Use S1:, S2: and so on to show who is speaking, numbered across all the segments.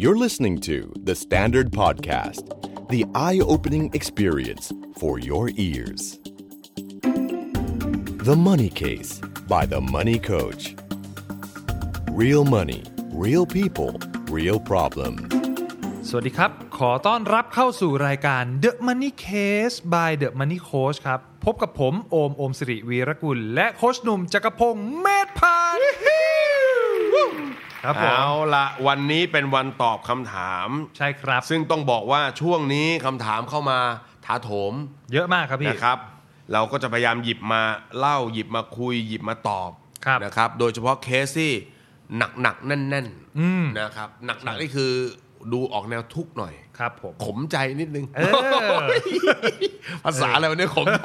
S1: You're listening to The Standard Podcast, the eye opening experience for your ears. The Money Case by The Money Coach. Real money, real people, real problems.
S2: สวัสดีครับ ขอต้อนรับเข้าสู่รายการ The Money Case by The Money Coach ครับ พบกับผม โอม โอมสิริวีรกุล และโคชหนุ่มจักรพงศ์เมธพันธ์ครับผม
S3: เอาละวันนี้เป็นวันตอบคำถาม
S2: ใช่ครับ
S3: ซึ่งต้องบอกว่าช่วงนี้คำถามเข้ามาถาโถม
S2: เยอะมากครับพี่
S3: นะครับ เราก็จะพยายามหยิบมาเล่าหยิบมาคุยหยิบมาตอบ
S2: ครับ
S3: นะครับ โดยเฉพาะเคสที่หนักหนักๆแน่นๆนะครับหนักหนักๆนี่คือดูออกแนวทุกข์หน่อย
S2: ครับผม
S3: ขมใจนิดนึง
S2: เออ
S3: ภาษาอะไรวันนี้ขมใจ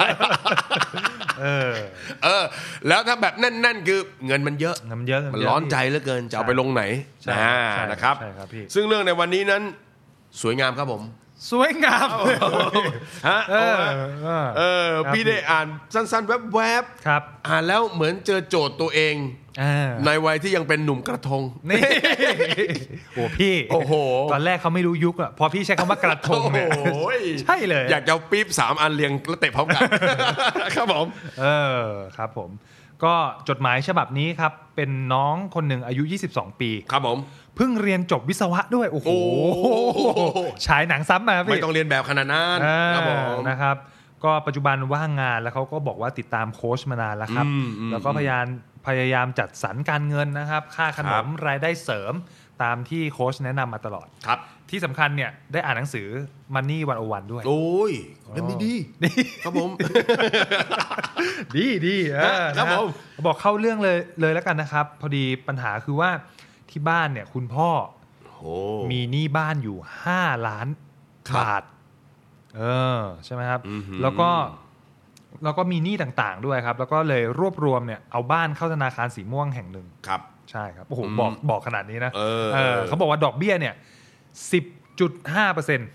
S2: เออ
S3: เออ แล้วถ้าแบบแน่น ๆ คือเงินมันเยอะ
S2: เงินมันเยอะเงิน
S3: มัน
S2: เยอะ
S3: ร้อนใจเหลือเกินจะเอาไปลงไหน
S2: ใช่
S3: อ่า
S2: ใช่
S3: นะครับ
S2: ใช่ครับพี่
S3: ซึ่งเรื่องในวันนี้นั้นสวยงามครับผม
S2: สวยงาม
S3: ฮะ
S2: เออ
S3: เออเออ
S2: ครับ
S3: พี่ได้อ่านสั้นๆ แวบ
S2: ครับ
S3: ๆ อ่านแล้วเหมือนเจอโจทย์ตัวเอง
S2: อ่า
S3: ในวัยที่ยังเป็นหนุ่มกระทง
S2: นี่โอ้พี่
S3: โอ้โห
S2: ตอนแรกเขาไม่รู้ยุคอะพอพี่ใช้คำว่ากระทงเนี่ย
S3: โอ้ย
S2: ใช่เลย
S3: อยากจะเอาปี๊บสามอันเรียงแล้วเตะพร้ อมกัน ครับผม
S2: เออครับผม ก็จดหมายฉบับนี้ครับ เป็นน้องคนหนึ่งอายุ 22 ปี
S3: ครับผม
S2: เพิ่งเรียนจบวิศวะด้วย โอ้โห
S3: โอ้โห
S2: ฉายหนังซ้ำมาพี่
S3: ไม่ต้องเรียนแบบขนาดนั้น
S2: อ่า
S3: ครับผม
S2: นะครับ ก็ปัจจุบันว่างงานแล้วเขาก็บอกว่าติดตามโค้ชมานานแล้วครับ
S3: อืมอืม
S2: แล้วก็พยายามพยายามจัดสรรการเงินนะครับ ค่าขน
S3: ครั
S2: ม
S3: บ
S2: รายได้เสริมตามที่โค้ชแนะนำมาตลอด
S3: ครับ
S2: ที่สำคัญเนี่ยได้อ่านหนังสือ Money วันอวันด้วย
S3: โอ้ยเล่นดีๆครับผม
S2: ดีดีเออ
S3: ครับ
S2: นะฮะ
S3: ผม
S2: บอกเข้าเรื่องเลยเลยแล้วกันนะครับ พอดีปัญหาคือว่าที่บ้านเนี่ยคุณพ่อ
S3: โอ้
S2: มีหนี้บ้านอยู่ 5 ล้าน
S3: ครับ
S2: บาทเออใช่ไหมครับ
S3: อือหือ
S2: แล้วก็แล้วก็มีหนี้ต่างๆด้วยครับ แล้วก็เลยรวบรวมเนี่ยเอาบ้านเข้าธนาคารสีม่วงแห่งหนึ่ง
S3: ครับ
S2: ใช่ครับโอ้โห
S3: อืม
S2: บอกบอกขนาดนี้นะ
S3: เออ
S2: เขาบอกว่าดอกเบี้ยเนี่ยสิบจุดห้าเปอร์เซ็นต์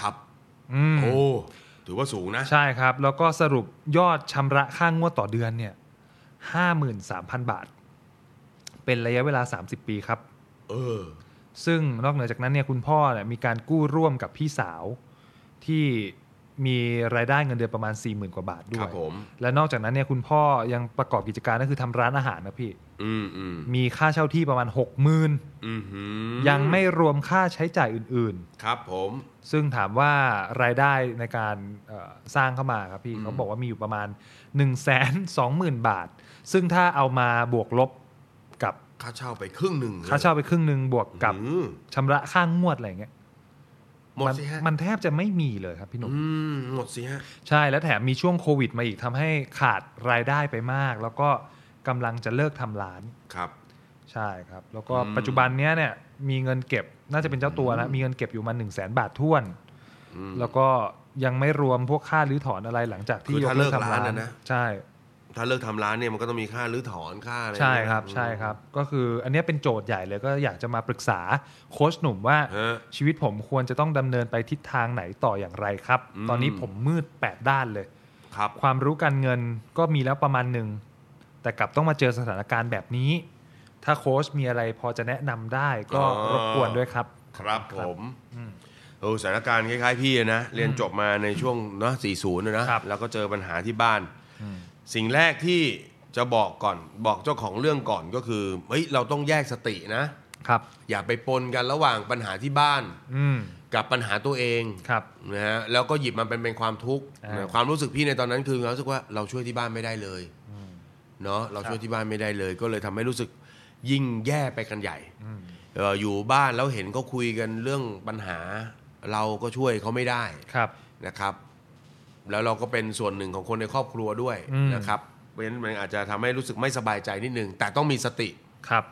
S3: ครับ
S2: อืม
S3: โอ้ ถือว่าสูงนะ
S2: ใช่ครับ แล้วก็สรุปยอดชำระค่างวดต่อเดือนเนี่ยห้าหมื่นสามพันบาท เป็นระยะเวลา 30 ปีครับ
S3: เออ
S2: ซึ่งนอกเหนือจากนั้นเนี่ยคุณพ่อเนี่ยมีการกู้ร่วมกับพี่สาวที่มีรายได้เงินเดือนประมาณ 4 0,000 กว่าบาทด้
S3: ครั
S2: วย
S3: บผม
S2: และนอกจากนั้นเนี่ยคุณพ่อยังประกอบกิจการก็คือทำร้านอาหารนะพี่
S3: อืมอืม
S2: มีค่าเช่าที่ประมาณ 60,000
S3: อืมหือ
S2: ยังไม่รวมค่าใช้จ่ายอื่นๆ
S3: ครับผม
S2: ซึ่งถามว่ารายได้ในการเอ่อสร้างเข้ามาครับพี่เขาบอกว่ามีอยู่ประมาณ 1 2 0 0 0 0 บาท ซึ่งถ้าเอามาบวกลบกับ
S3: ค่าเช่าไปครึ่งหนึ่ง
S2: ค่าเช่าไปครึ่งหนึ่งบวกกับ
S3: อืม
S2: ชำระค่างวดอะไรอย่างเงี้ย
S3: หมด
S2: มัน
S3: สิฮะ
S2: มันแทบจะไม่มีเลยครับพี่หนุ่ม
S3: อืมหมดสิฮะ
S2: ใช่และแถมมีช่วงโควิดมาอีกทำให้ขาดรายได้ไปมาก แล้วก็กำลังจะเลิกทำร้าน
S3: ครับ
S2: ใช่ครับ แล้วก็
S3: อืม
S2: ปัจจุบันเนี้ยเนี่ยมีเงินเก็บน่าจะเป็นเจ้าตัวนะมีเงินเก็บอยู่มา1นึ่งแสนบาทท้วน
S3: อืม
S2: แล้วก็ยังไม่รวมพวกค่ารื้อถอนอะไรหลังจากที่
S3: คือย
S2: ก
S3: ถ้า
S2: เลิก
S3: เลิก
S2: ทำร้า
S3: ร้าน
S2: น
S3: น่ะนะ
S2: ใช่
S3: ถ้าเลิกทำร้านเนี่ยมันก็ต้องมีค่ารื้อถอนค่าอะไร
S2: ใช่ครับ
S3: อืม
S2: ใช่ครับ ก็คืออันเนี้ยเป็นโจทย์ใหญ่เลยก็อยากจะมาปรึกษาโค้ชหนุ่มว่า
S3: ฮะ
S2: ชีวิตผมควรจะต้องดำเนินไปทิศทางไหนต่ออย่างไรครับ
S3: อืม
S2: ตอนนี้ผมมืด 8 ด้านเลย
S3: ครับ
S2: ความรู้การเงินก็มีแล้วประมาณหนึ่งแต่กลับต้องมาเจอสถานการณ์แบบนี้ ถ้าโค้ชมีอะไรพอจะแนะนำได้ก็
S3: อ๋อ
S2: รบกวนด้วยครับ
S3: ครับผม
S2: อืม
S3: เออสถานการณ์คล้ายๆพี่นะ เรียนจบมาในช่วงเนาะ40นะนะ
S2: ครับ
S3: แล้วก็เจอปัญหาที่บ้าน
S2: อืม
S3: สิ่งแรกที่จะบอกก่อนบอกเจ้าของเรื่องก่อนก็คือเฮ้ยเราต้องแยกสตินะ
S2: ครับ
S3: อย่าไปปนกันระหว่างปัญหาที่บ้าน
S2: อืม
S3: กับปัญหาตัวเอง
S2: ครับ
S3: นะฮะแล้วก็หยิบมันเป็นเป็นความทุกข์
S2: อ่า
S3: นะความรู้สึกพี่ในตอนนั้นคือรู้สึกว่าเราช่วยที่บ้านไม่ได้เลยเนาะเราช่วยที่บ้านไม่ได้เลย ก็เลยทำให้รู้สึกยิ่งแย่ไปกันใหญ่
S2: อืม
S3: เอ่ออยู่บ้านแล้วเห็นก็คุยกันเรื่องปัญหา เราก็ช่วยเขาไม่ได้
S2: ครับ
S3: นะครับ แล้วเราก็เป็นส่วนหนึ่งของคนในครอบครัวด้วย
S2: อืม
S3: นะครับเพราะฉะนั้นมันอาจจะทำให้รู้สึกไม่สบายใจนิดนึงแต่ต้องมีสติ
S2: ครับ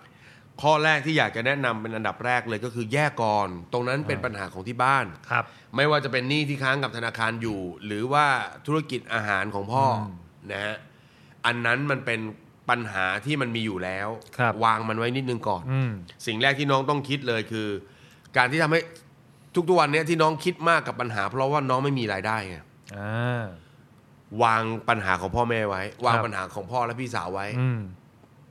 S3: ข้อแรกที่อยากจะแนะนำเป็นอันดับแรกเลยก็คือแยกก่อน ตรงนั้นเป็นปัญหาของที่บ้าน
S2: ครับ
S3: ไม่ว่าจะเป็นหนี้ที่ค้างกับธนาคารอยู่ หรือว่าธุรกิจอาหารของพ่ออ
S2: ม
S3: นะฮะอันนั้นมันเป็นปัญหาที่มันมีอยู่แล้ว
S2: ครับ
S3: วางมันไว้นิดนึงก่อน
S2: อืม
S3: สิ่งแรกที่น้องต้องคิดเลยคือ การที่ทำให้ทุกๆวันเนี้ยที่น้องคิดมากกับปัญหา เพราะว่าน้องไม่มีรายได้ไง
S2: อ่าว
S3: างปัญหาของพ่อแม่ไว้ วางปัญหาของพ่อและพี่สาวไว้
S2: อืม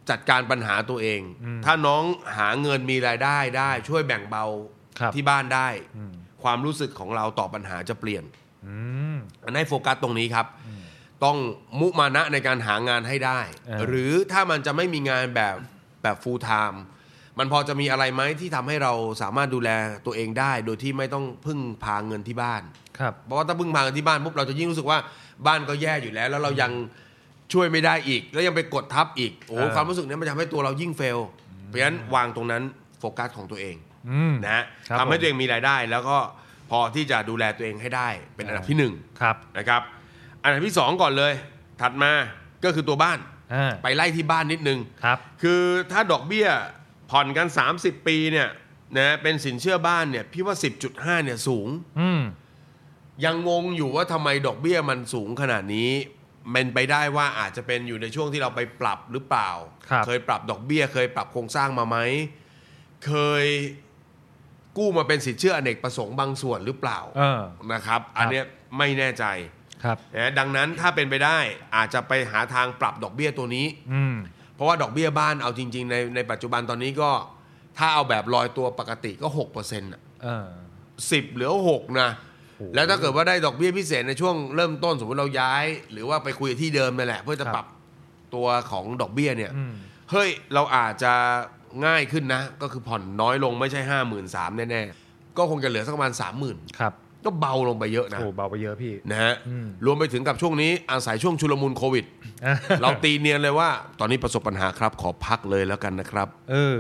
S3: จัดการปัญหาตัวเอง
S2: อืม
S3: ถ้าน้องหาเงินมีรายได้ได้ ช่วยแบ่งเบา
S2: ครับ
S3: ที่บ้านได้ ความรู้สึกของเราต่อปัญหาจะเปลี่ยน
S2: อืม
S3: อันให้โฟกัสตรงนี้ครับ ต้องมุมานะในการหางานให้ได้
S2: เออ
S3: หรือถ้ามันจะไม่มีงานแบบแบบ full time มันพอจะมีอะไรไหมที่ทำให้เราสามารถดูแลตัวเองได้ โดยที่ไม่ต้องพึ่งพาเงินที่บ้าน
S2: ครับ
S3: เพราะว่าถ้าพึ่งพาเงินที่บ้านปุ๊บเราจะยิ่งรู้สึกว่าบ้านก็แย่อยู่แล้ว แล้วเรายังช่วยไม่ได้อีก แล้วยังไปกดทับอีกโอ้โห
S2: เออ
S3: ความรู้สึกเนี้ยมันจะทำให้ตัวเรายิ่งเฟลเพราะฉะนั้นวางตรงนั้นโฟกัสของตัวเอง
S2: อืม
S3: นะฮะ
S2: ครับ
S3: ทำให้
S2: ผม
S3: ตัวเองมีรายได้ แล้วก็พอที่จะดูแลตัวเองให้ได้เป็นอันดับที่หนึ่ง
S2: ครับ
S3: นะครับ อันดับที่สองก่อนเลย ถัดมาก็คือตัวบ้าน
S2: อ่า
S3: ไปไล่ที่บ้านนิดนึง
S2: ครับ
S3: คือถ้าดอกเบี้ยผ่อนกัน 30 ปีเนี่ยนะเป็นสินเชื่อบ้านเนี่ยพี่ว่า 10.5เนี่ยสูง
S2: อืม
S3: ยังงงอยู่ว่าทำไมดอกเบี้ยมันสูงขนาดนี้มันไปได้ว่าอาจจะเป็นอยู่ในช่วงที่เราไปปรับหรือเปล่า
S2: ครับ
S3: เคยปรับดอกเบี้ย เคยปรับโครงสร้างมาไหม เคยกู้มาเป็นสินเชื่ออเนกประสงค์บางส่วนหรือเปล่า
S2: เออ
S3: นะครับ อันเนี้ยไม่แน่ใจ
S2: ครับ
S3: นะดังนั้นถ้าเป็นไปได้อาจจะไปหาทางปรับดอกเบี้ยตัวนี้
S2: อืม
S3: เพราะว่าดอกเบี้ยบ้านเอาจริง ๆ ในในปัจจุบันตอนนี้ก็ ถ้าเอาแบบลอยตัวปกติก็6%เปอร์เซ็นต์
S2: เออ
S3: สิบเหลือหกนะ แล้วถ้าเกิดว่าได้ดอกเบี้ยพิเศษในช่วงเริ่มต้นสมมติเราย้าย หรือว่าไปคุยกับที่เดิมนั่นแหละ เพื่อจะ
S2: ครับ
S3: ปรับตัวของดอกเบี้ยเนี่ย
S2: อืม
S3: เฮ้ยเราอาจจะง่ายขึ้นนะ ก็คือผ่อนน้อยลงไม่ใช่ห้าหมื่นสามแน่ๆ ก็คงจะเหลือสักประมาณสามหมื่น
S2: ครับ
S3: ก็เบาลงไปเยอะนะ
S2: โอ้เบาไปเยอะพี่
S3: นะฮะ
S2: อืม
S3: รวมไปถึงกับช่วงนี้อาศัยช่วงชุลมุนโควิ ด เราตีเนียนเลยว่า ตอนนี้ประสบปัญหาครับขอพักเลยแล้วกันนะครับ
S2: เออ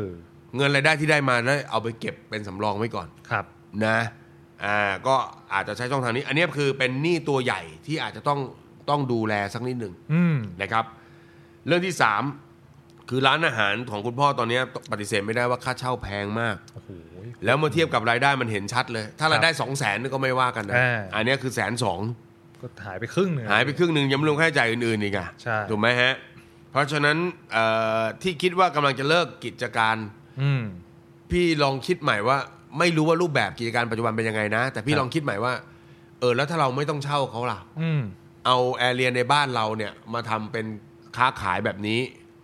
S3: เงินรายได้ที่ได้มาได้เอาไปเก็บเป็นสำรองไว้ก่อน
S2: ครับ
S3: นะ อ่า ก็อาจจะใช้ช่องทางนี้ อันนี้คือเป็นหนี้ตัวใหญ่ที่อาจจะต้องต้องดูแลสักนิดหนึ่ง
S2: อืม
S3: นะครับ เรื่องที่ 3 คือร้านอาหารของคุณพ่อตอนนี้ปฏิเสธไม่ได้ว่าค่าเช่าแพงมาก
S2: โอ้โห
S3: แล้วเมื่อเทียบกับรายได้มันเห็นชัดเลย ถ้ารายได้2องแสนก็ไม่ว่ากันนะ
S2: อ่า
S3: อันนี้คือแสนสอง
S2: ก็หายไปครึ่งหนึ่ง
S3: หายไปครึ่งหนึ่งยังไม่รวมค่าใช้จ่ายอื่นๆอีกอะ
S2: ใช่
S3: ถูกไหมฮะ เพราะฉะนั้นเอ่อที่คิดว่ากำลังจะเลิกกิจการ
S2: อืม
S3: พี่ลองคิดใหม่ว่าไม่รู้ว่ารูปแบบกิจการปัจจุบันเป็นยังไงนะ แต่
S2: ค
S3: พี่
S2: รับ
S3: ลองคิดใหม่ว่า เออแล้วถ้าเราไม่ต้องเช่าเขาล่ะ
S2: อืม
S3: เอาแอร์เรียในบ้านเราเนี่ยมาทำเป็นค้าขายแบบนี้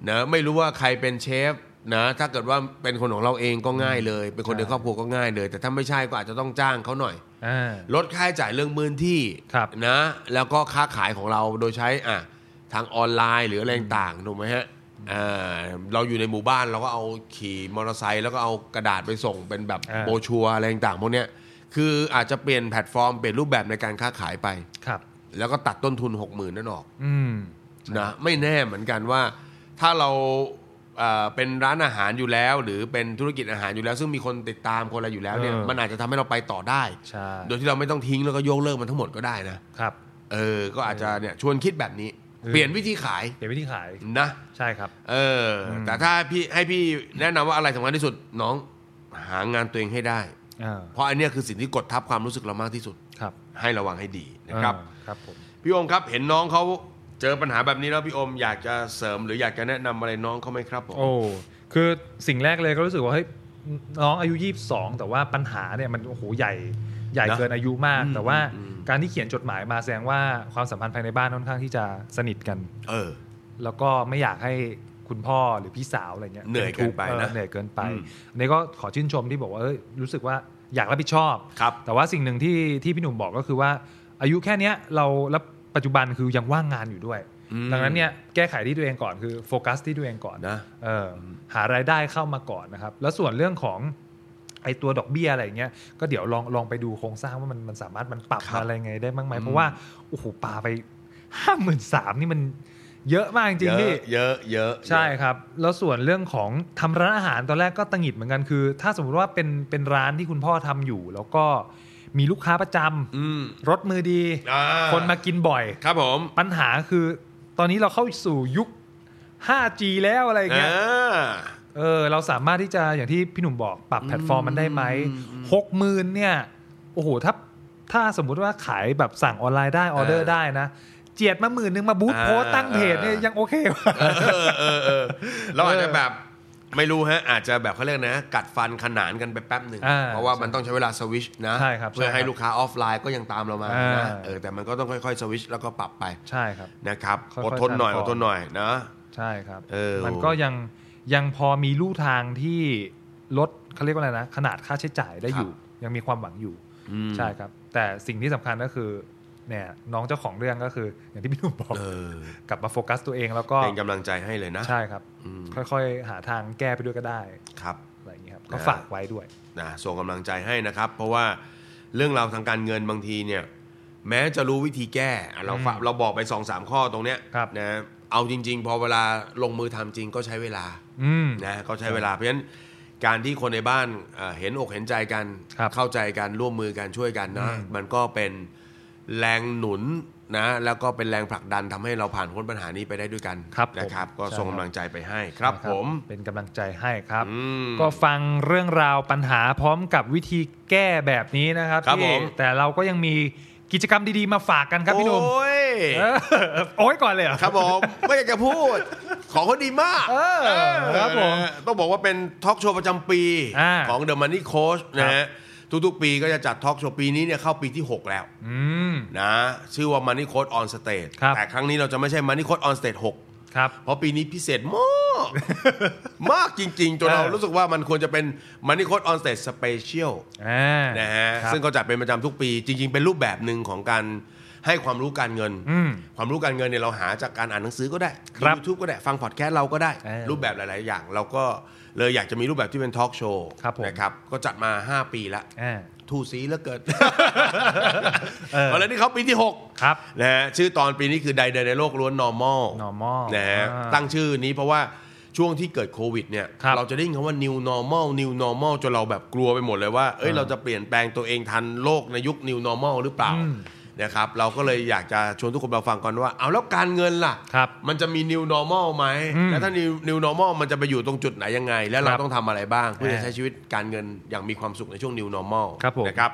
S3: นะไม่รู้ว่าใครเป็นเชฟนะถ้าเกิดว่าเป็นคนของเราเองก็ง่ายเลย เป็นคนใน
S2: ใช่
S3: ครอบครัวก็ง่ายเลย แต่ถ้าไม่ใช่ก็อาจจะต้องจ้างเขาหน่อย
S2: อ่า
S3: ลดค่าใช้จ่ายเรื่องพื้นที่
S2: ครับ
S3: นะ แล้วก็ค้าขายของเราโดยใช้อ่ะทางออนไลน์หรืออะไรต่างๆถูกไหมฮะอ่าเราอยู่ในหมู่บ้านเราก็เอาขี่มอเตอร์ไซค์แล้วก็เอากระดาษไปส่งเป็นแบบ
S2: อ่า
S3: โบรชัวร์อะไรต่างๆพวกเนี้ยคืออาจจะเปลี่ยนแพลตฟอร์มเปลี่ยนรูปแบบในการค้าขายไป
S2: ครับ
S3: แล้วก็ตัดต้นทุน 6 0,000นั่นออก
S2: อืม
S3: นะไม่แน่เหมือนกันว่าถ้าเราเอ่อเป็นร้านอาหารอยู่แล้ว หรือเป็นธุรกิจอาหารอยู่แล้ว ซึ่งมีคนติดตามคนอะไรอยู่แล้วเนี่ย
S2: เออ
S3: มันอาจจะทำให้เราไปต่อได้
S2: ใช่
S3: โดยที่เราไม่ต้องทิ้งแล้วก็ยกเลิกมันทั้งหมดก็ได้นะ
S2: ครับ
S3: เออ ก็อาจจะเนี่ยชวนคิดแบบนี้
S2: เออ
S3: เปลี่ยนวิธีขาย
S2: เปลี่ยนวิธีขาย
S3: นะ
S2: ใช่ครับ
S3: เอออแต่ถ้าพี่ให้พี่แนะนำว่าอะไรสำคัญที่สุดน้องหางานตัวเองให้ได้
S2: อ่า
S3: เพราะอันเนี้ยคือสิ่งที่กดทับความรู้สึกเรามากที่สุด
S2: ครับ
S3: ให้ระวังให้ดีนะครับ
S2: อ่าครับผม
S3: พี่โอมครับ เห็นน้องเขาเจอปัญหาแบบนี้แล้วพี่โอมอยากจะเสริมหรืออยากจะแนะนำอะไรน้องเขาไหมครับผม
S2: โอ้ คือสิ่งแรกเลยก็รู้สึกว่าเฮ้ยน้องอายุ 22 แต่ว่าปัญหาเนี่ยมันโอ้โหใหญ่ใหญ่
S3: นะ
S2: เกินอายุมาก
S3: อืม
S2: แต่ว่า
S3: อืม
S2: การที่เขียนจดหมายมาแสดงว่าความสัมพันธ์ภายในบ้านค่อนข้างที่จะสนิทกัน
S3: เออ
S2: แล้วก็ไม่อยากให้คุณพ่อหรือพี่สาวอะไรเงี้ย
S3: เหนื่อยเกินไปนะ
S2: ออเหนื่อยเกินไป
S3: อืม
S2: อันนี้ก็ขอชื่นชมที่บอกว่าเอ้ยรู้สึกว่าอยากรับผิดชอบ
S3: ครับ
S2: แต่ว่าสิ่งหนึ่งที่ที่พี่หนุ่มบอกก็คือว่า อายุแค่เนี้ยเราแล้วปัจจุบันคือยังว่างงานอยู่ด้วย
S3: อืม
S2: ดังนั้นเนี่ยแก้ไขที่ตัวเองก่อนคือโฟกัสที่ตัวเองก่อน
S3: นะ
S2: เออหารายได้เข้ามาก่อนนะครับ แล้วส่วนเรื่องของไอตัวดอกเบี้ยอะไรอย่างเงี้ยก็เดี๋ยวลองลองไปดูโครงสร้างว่ามันมันสามารถมันปรับ
S3: ครั
S2: มา
S3: บ
S2: อะไรไงได้บ้างไหม
S3: อืม
S2: เพราะว่าโอ้โหปาไปห้าหมื่นสามนี่มันเยอะมากจริงๆ
S3: เย
S2: พี่
S3: อะเยอะเยอะ
S2: ใช่ครับ แล้วส่วนเรื่องของทำร้านอาหารตอนแรกก็ตังหงิดเหมือนกันคือ ถ้าสมมติว่าเป็นเป็นร้านที่คุณพ่อทำอยู่ แล้วก็มีลูกค้าประจำ
S3: อืม
S2: รถมือดี
S3: อ่า
S2: คนมากินบ่อย
S3: ครับผม
S2: ปัญหาคือตอนนี้เราเข้าสู่ยุค 5G แล้วอะไรเงี้ยเออเราสามารถที่จะอย่างที่พี่หนุ่มบอกปรับแพลตฟอร์มมันได้ไหม
S3: อืมอืม
S2: หกหมื่นเนี่ยโอ้โหถ้าถ้าสมมุติว่าขายแบบสั่งออนไลน์ได้ออเดอร์
S3: เออ
S2: ได้นะ เจียดมาหมื่นนึงมาบูทโพสต์ตั้งเพจเนี่ย
S3: เออ
S2: ยังโอเคกว่า
S3: เออเออเออเราอาจจะแบบไม่รู้ฮะอาจจะแบบเขาเรียกนะ กัดฟันขนานกันไปแป๊บหนึ่ง
S2: อ่า
S3: เพราะว่ามันต้องใช้เวลาสวิชนะ
S2: ใช่ครับ
S3: เพื่อให้
S2: ใช่ครับ
S3: ลูกค้าออฟไลน์ก็ยังตามเรามา
S2: อ่า
S3: นะเออแต่มันก็ต้องค่อยๆสวิชแล้วก็ปรับไป
S2: ใช่ครับ
S3: นะครับ
S2: ค่อยๆ
S3: อดทนหน่อย
S2: ทำ
S3: อ
S2: ก่อน
S3: ดทนหน่อยนะ
S2: ใช่ครับ
S3: เออ
S2: มันก็ยังยังพอมีลู่ทางที่ลด เขาเรียกว่าอะไรนะ ขนาดค่าใช้จ่ายได้อยู่ ยังมีความหวังอยู่
S3: อืม
S2: ใช่ครับ แต่สิ่งที่สำคัญก็คือเนี่ยน้องเจ้าของเรื่องก็คือ อย่างที่พี่หนุ่มบอก
S3: เออก
S2: ลับมาโฟกัสตัวเองแล้วก็
S3: เป็นกำลังใจให้เลยนะ
S2: ใช่ครับ
S3: อืม
S2: ค่อยๆ หาทางแก้ไปด้วยก็ได้
S3: ครับ
S2: อะไรอย่างนี้ยครับก็
S3: นะ
S2: ฝากไว้ด้วย
S3: นะส่งกำลังใจให้นะครับ เพราะว่าเรื่องราวทางการเงินบางทีเนี่ย แม้จะรู้วิธีแก้อ่ะเราฝะ
S2: อืม
S3: เราบอกไป2อสามข้อตรงเนี้ย
S2: ครับ
S3: นะเอาจริง ๆ พอเวลาลงมือทำจริงก็ใช้เวลา
S2: อืม
S3: นะก็ใช้เวลาเพราะฉะนั้นการที่คนในบ้านเอ่อเห็นอกเห็นใจกัน
S2: ครับ
S3: เข้าใจกันร่วมมือกันช่วยกันนะ
S2: อืม
S3: มันก็เป็นแรงหนุนนะแล้วก็เป็นแรงผลักดันทำให้เราผ่านพ้นปัญหานี้ไปได้ด้วยกัน
S2: ครับผม
S3: นะครับ ก็
S2: ใช่
S3: ส่งกำลังใจไปให้ครับ
S2: นะ
S3: ผม
S2: เป็นกำลังใจให้ครับ
S3: อืม
S2: ก็ฟังเรื่องราวปัญหาพร้อมกับวิธีแก้แบบนี้นะครับ
S3: ครับ
S2: พี่
S3: ผม
S2: แต่เราก็ยังมีกิจกรรมดีๆมาฝากกันครับพี่หนุ่ม
S3: โอ้ย
S2: เออโอ้ยก่อนเลยเหรอ
S3: ครับผม ไม่อยากจะพูด ของเขาดีมาก
S2: เออครับผม
S3: นะฮะต้องบอกว่าเป็นทอล์กโชว์ประจำปี
S2: อ่า
S3: ของ The Money Coach นะฮะทุกๆ ปีก็จะจัดทอล์กโชว์ปีนี้เนี่ยเข้าปีที่ 6 แล้ว
S2: อืม
S3: นะชื่อว่า Money Coach on Stage
S2: ครับ
S3: แต่ครั้งนี้เราจะไม่ใช่ Money Coach on Stage 6
S2: ครับ
S3: เพราะปีนี้พิเศษมาก มากจริงๆ จนเรา
S2: เออ
S3: รู้สึกว่ามันควรจะเป็น Money Coach on Stage Special
S2: อ่า
S3: นะฮะ
S2: ครับ
S3: ซึ่งเขาจัดเป็นประจำทุกปี จริง ๆ เป็นรูปแบบหนึ่งของการให้ความรู้การเงิน
S2: อืม
S3: ความรู้การเงินเนี่ยเราหาจากการอ่านหนังสือก็ได้
S2: ครับ
S3: ยูทูบก็ได้ ฟังพอดแคสต์เราก็ได้
S2: เออ
S3: รูปแบบหลาย ๆ อย่าง เราก็เลยอยากจะมีรูปแบบที่เป็นทอล์กโชว์
S2: ครับผม
S3: นะครับ ก็จัดมา 5 ปีละ
S2: อ่า
S3: ทูสีเหลือเกิน
S2: เออ
S3: เพราะแล้วนี่เขาปีที่
S2: ครับ
S3: 6 นะฮะชื่อตอนปีนี้คือใดเดนในโลกล้วน normal
S2: normal
S3: นะฮะ
S2: อ่า
S3: ตั้งชื่อนี้เพราะว่าช่วงที่เกิดโควิดเนี่ย
S2: ครับ
S3: เราจะได้ยินคำว่า new normal new normal จนเราแบบกลัวไปหมดเลยว่าเอ้ย
S2: อ่า
S3: เราจะเปลี่ยนแปลงตัวเองทันโลกในยุค new normal หรือเปล่า
S2: อืม
S3: นะครับเราก็เลยอยากจะชวนทุกคนมาฟังก่อนว่า เอาแล้วการเงินล่ะ
S2: ครับ
S3: มันจะมี new normal ไหม
S2: อืม
S3: แล้วถ้า new new normal มันจะไปอยู่ตรงจุดไหนยังไง แล้วเรา
S2: ครับ
S3: ต้องทำอะไรบ้าง เพื่อจะ
S2: อ่า
S3: ใช้ชีวิตการเงินอย่างมีความสุขในช่วง new normal
S2: ครับผม
S3: นะครับ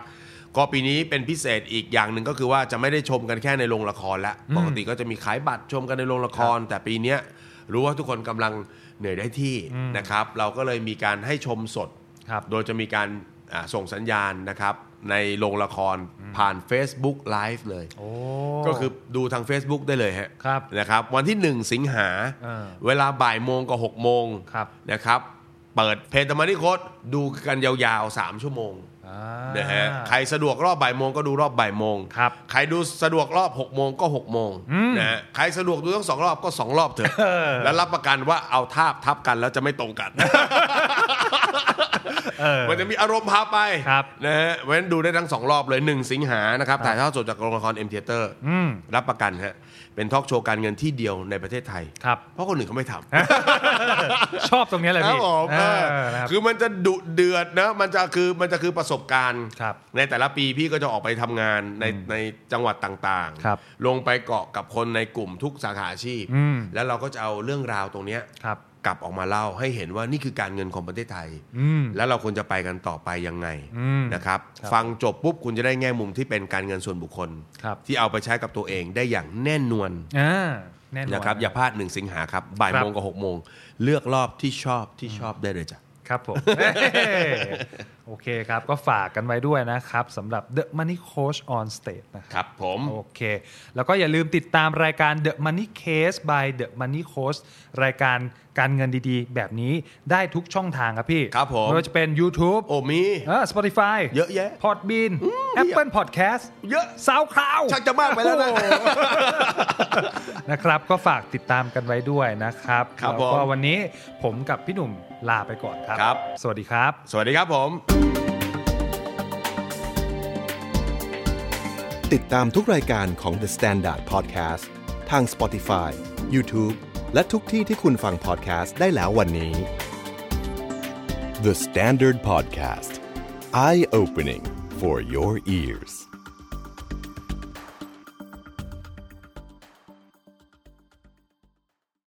S3: ก็ปีนี้เป็นพิเศษอีกอย่างหนึ่งก็คือว่าจะไม่ได้ชมกันแค่ในโรงละครละปกติก็จะมีขายบัตรชมกันในโรงละคร แต่ปีเนี้ยรู้ว่าทุกคนกำลังเหนื่อยได้ที่นะครับ เราก็เลยมีการให้ชมสด
S2: ครับ
S3: โดยจะมีการอ่าส่งสัญญาณนะครับในโรงละครผ่าน Facebook Live เลย
S2: โอ้
S3: ก็คือดูทาง Facebook ได้เลยฮะ
S2: ครับ
S3: นะครับ วันที่ 1 สิงหา
S2: เออ
S3: เวลาบ่ายโมงกับ6โมง
S2: ครับ
S3: นะครับ เปิดเพจธรรมานิโคตดูกันยาวๆ 3 ชั่วโมง
S2: อ่า
S3: นะฮะใครสะดวกรอบบ่ายโมงก็ดูรอบบ่ายโมง
S2: ครับ
S3: ใครดูสะดวกรอบ6กโมงก็6กโมงนะฮะใครสะดวกดูทั้งสองรอบก็ 2 รอบเถอะ แล้วรับประกันว่าเอาทาบทับกันแล้วจะไม่ตรงกัน มันจะมีอารมณ์พาไป
S2: ครับ
S3: นะฮะเพราะฉะนั้นดูได้ทั้งสองรอบเลย 1 สิงหานะครับถ่ายทอดสดจากโรงละครเอ็มเทเตอร์
S2: อืม
S3: รับประกันฮะเป็นทอล์กโชว์การเงินที่เดียวในประเทศไทย
S2: ครับ
S3: เพราะคนอื่นเขาไม่ทำ
S2: ชอบตรงเนี้ยแหละ
S3: ครั
S2: พี่
S3: บผม
S2: เอ
S3: เอ
S2: อ
S3: อ
S2: นะครับ
S3: คือมันจะดุเดือดนะมันจะคือมันจะคือประสบการณ์
S2: ครับ
S3: ในแต่ละปีพี่ก็จะออกไปทำงานในในจังหวัดต่าง
S2: ครับ
S3: ๆ ลงไปเกาะกับคนในกลุ่มทุกสาขาอาชีพ
S2: อืม
S3: แล้วเราก็จะเอาเรื่องราวตรงเนี้ย
S2: ครับ
S3: กลับออกมาเล่าให้เห็นว่านี่คือการเงินของประเทศไทย
S2: อืม
S3: แล้วเราควรจะไปกันต่อไปยังไง
S2: อืม
S3: นะครับ
S2: ครับ
S3: ฟังจบปุ๊บคุณจะได้แง่มุมที่เป็นการเงินส่วนบุคคล
S2: ครับ
S3: ที่เอาไปใช้กับตัวเองได้อย่างแน่นวล
S2: อ่าแน่นอน
S3: นะครับอย่าพลาดหนึ่งสิงหาครับบ่าย
S2: ครับ
S3: โมงกับหกโมงเลือกรอบที่ชอบที่ชอบได้เลยจ้ะ
S2: ครับผมเอ้ยโอเคครับ ก็ฝากกันไว้ด้วยนะครับสำหรับ The Money Coach on Stage นะครับ
S3: ครับผม
S2: โอเค แล้วก็อย่าลืมติดตามรายการ The Money Case by The Money Coach รายการการเงินดีๆ แบบนี้ได้ทุกช่องทางครับพี่
S3: ครับผม
S2: ไม่ว่าจะเป็น YouTube
S3: โอ้มี
S2: เออ Spotify
S3: เยอะแยะ
S2: Podbean Apple Podcast
S3: เยอะ
S2: SoundCloud
S3: ชักจะมากไปแล้วนะ
S2: โอ้โห นะครับ ก็ฝากติดตามกันไว้ด้วยนะครับ
S3: ครับ
S2: แล้วก็
S3: ผม
S2: วันนี้ผมกับพี่หนุ่มลาไปก่อนครับ
S3: ครับ
S2: สวัสดีครับ
S3: สวัสดีครับผม
S1: ติดตามทุกรายการของ The Standard Podcast ทาง Spotify, YouTube และทุกที่ที่คุณฟัง podcast ได้แล้ววันนี้ The Standard Podcast Eye Opening for Your Ears